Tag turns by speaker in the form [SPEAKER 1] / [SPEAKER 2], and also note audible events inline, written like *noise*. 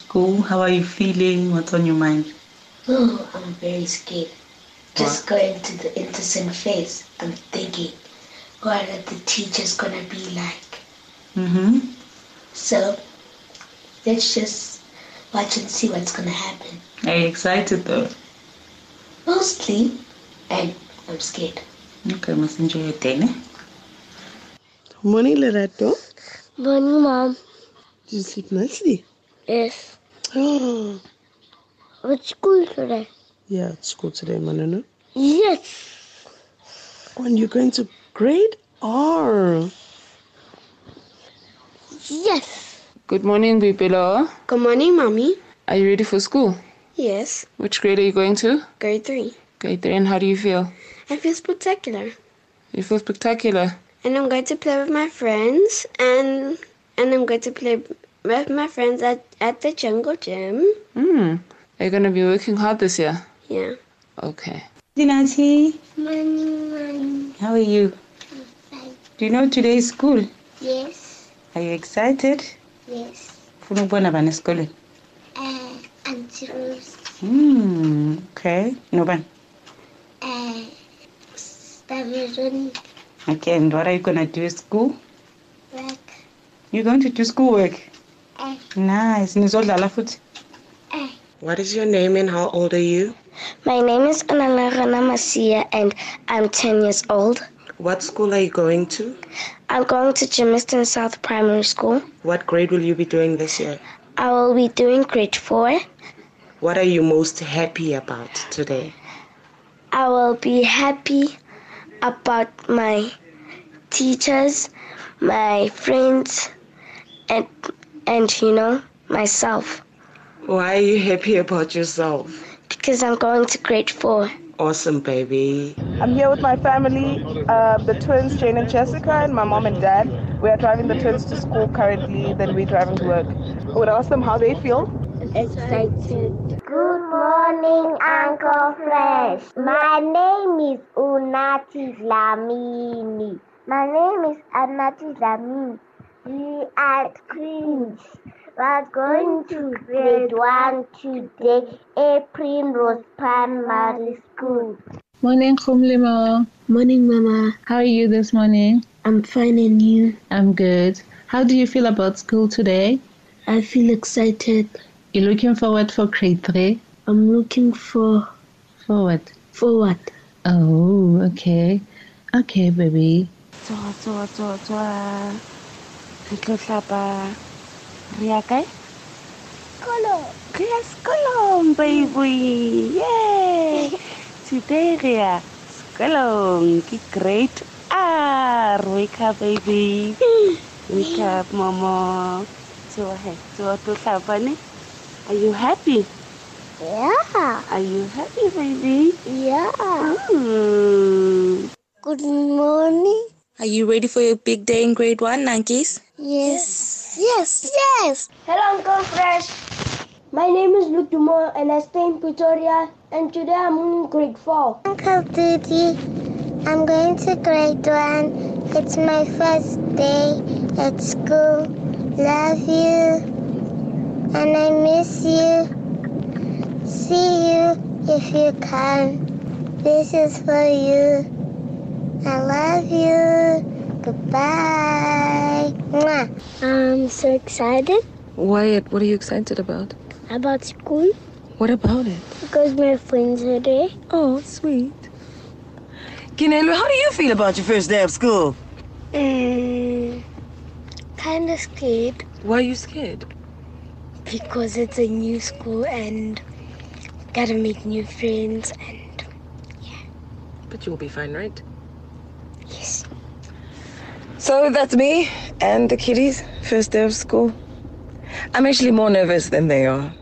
[SPEAKER 1] school? How are you feeling? What's on your mind?
[SPEAKER 2] Oh, I'm very scared. Just going to the innocent face. I'm thinking, what are the teachers gonna be like?
[SPEAKER 1] Mm-hmm.
[SPEAKER 2] So let's just watch and see what's gonna happen.
[SPEAKER 1] Are you excited though?
[SPEAKER 2] Mostly, and I'm scared.
[SPEAKER 1] Okay, must enjoy your day, ne?
[SPEAKER 3] Morning, Lerato.
[SPEAKER 4] Morning, Mom.
[SPEAKER 3] Did you sleep nicely? *gasps*
[SPEAKER 4] Yes.
[SPEAKER 3] Oh,
[SPEAKER 4] What's school today?
[SPEAKER 3] yeah, it's school today, Manana.
[SPEAKER 4] Yes.
[SPEAKER 3] When you're going to grade R.
[SPEAKER 4] Yes.
[SPEAKER 5] Good morning, Bibilo.
[SPEAKER 4] Good morning, Mommy.
[SPEAKER 5] Are you ready for school?
[SPEAKER 4] Yes.
[SPEAKER 5] Which grade are you going to?
[SPEAKER 4] Grade three.
[SPEAKER 5] Grade three. And how do you feel?
[SPEAKER 4] I feel spectacular,
[SPEAKER 5] You feel spectacular.
[SPEAKER 4] and I'm going to play with my friends, and and I'm going to play with my friends at at the jungle gym.
[SPEAKER 5] Hmm. Are you going to be working hard this year?
[SPEAKER 4] Yeah.
[SPEAKER 5] Okay.
[SPEAKER 1] Dinati,
[SPEAKER 4] Morning, Mommy.
[SPEAKER 1] how are you? Do you know today's school?
[SPEAKER 4] Yes.
[SPEAKER 1] Are you excited?
[SPEAKER 4] Yes.
[SPEAKER 1] Ufuna ukubona bani esikolweni?
[SPEAKER 4] Uh, Auntie Rose.
[SPEAKER 1] Hmm, okay. Nobani?
[SPEAKER 4] Uh, Stavironi.
[SPEAKER 1] Okay, and what are you gonna do at school?
[SPEAKER 4] Black.
[SPEAKER 1] You're going to do schoolwork.
[SPEAKER 4] Eh.
[SPEAKER 1] Nice. Nizodlala futhi.
[SPEAKER 3] What is your name and how old are you?
[SPEAKER 4] My name is Analarana Masia, and I'm ten years old.
[SPEAKER 3] What school are you going to?
[SPEAKER 4] I'm going to Jimiston South Primary School.
[SPEAKER 3] What grade will you be doing this year?
[SPEAKER 4] I will be doing grade four.
[SPEAKER 3] What are you most happy about today?
[SPEAKER 4] I will be happy about my teachers, my friends, and and you know myself
[SPEAKER 3] Why are you happy about yourself?
[SPEAKER 4] because I'm going to grade four.
[SPEAKER 3] Awesome, baby.
[SPEAKER 6] I'm here with my family, um, the twins, Jane and Jessica, and my mom and dad. We are driving the twins to school currently, then we're driving to work. I would ask them how they feel.
[SPEAKER 7] Good morning, Uncle Fresh. My name is Unati Lamini. My name is Unati Lamini. We are twins. We are going to grade one today, April Rose Primary School.
[SPEAKER 8] Morning, Khumlima.
[SPEAKER 4] Morning, Mama.
[SPEAKER 8] How are you this morning?
[SPEAKER 4] I'm fine, and you?
[SPEAKER 8] I'm good. How do you feel about school today?
[SPEAKER 4] I feel excited.
[SPEAKER 8] You looking forward for grade three?
[SPEAKER 4] I'm looking for
[SPEAKER 8] Forward.
[SPEAKER 4] for what?
[SPEAKER 8] Oh, okay. Okay, baby.
[SPEAKER 9] tsoga tsoga tsoga tsoga re tlo tlapa re ya kae kolong re ya sekolong baby yay today re ya sekolong ke great r wake up baby wake up momo tsoga he tsoga tlo tlapa ne are you happy
[SPEAKER 7] Yeah,
[SPEAKER 9] are you happy baby
[SPEAKER 7] yeah.
[SPEAKER 9] mm.
[SPEAKER 7] Good morning.
[SPEAKER 10] Are you ready for your big day in grade one, Nankies?
[SPEAKER 7] Yes. Yes. Yes. Hello, Uncle Fresh. My name is Luke Dumo and I stay in Pretoria and today I'm in grade 4. Uncle Didi, I'm going to grade 1. It's my first day at school. Love you and I miss you. See you if you come. This is for you. I love you. Goodbye. Mwah. I'm so excited
[SPEAKER 10] Wyatt, what are you excited about?
[SPEAKER 7] about school
[SPEAKER 10] What about it?
[SPEAKER 7] because my friends are there.
[SPEAKER 10] Oh, sweet.
[SPEAKER 11] Kinelu, how do you feel about your first day of school?
[SPEAKER 7] Mm, kind of scared
[SPEAKER 10] Why are you scared?
[SPEAKER 7] because it's a new school and gotta make new friends. And
[SPEAKER 10] But you will be fine, right?
[SPEAKER 7] yes,
[SPEAKER 11] So that's me and the kiddies, first day of school. I'm actually more nervous than they are.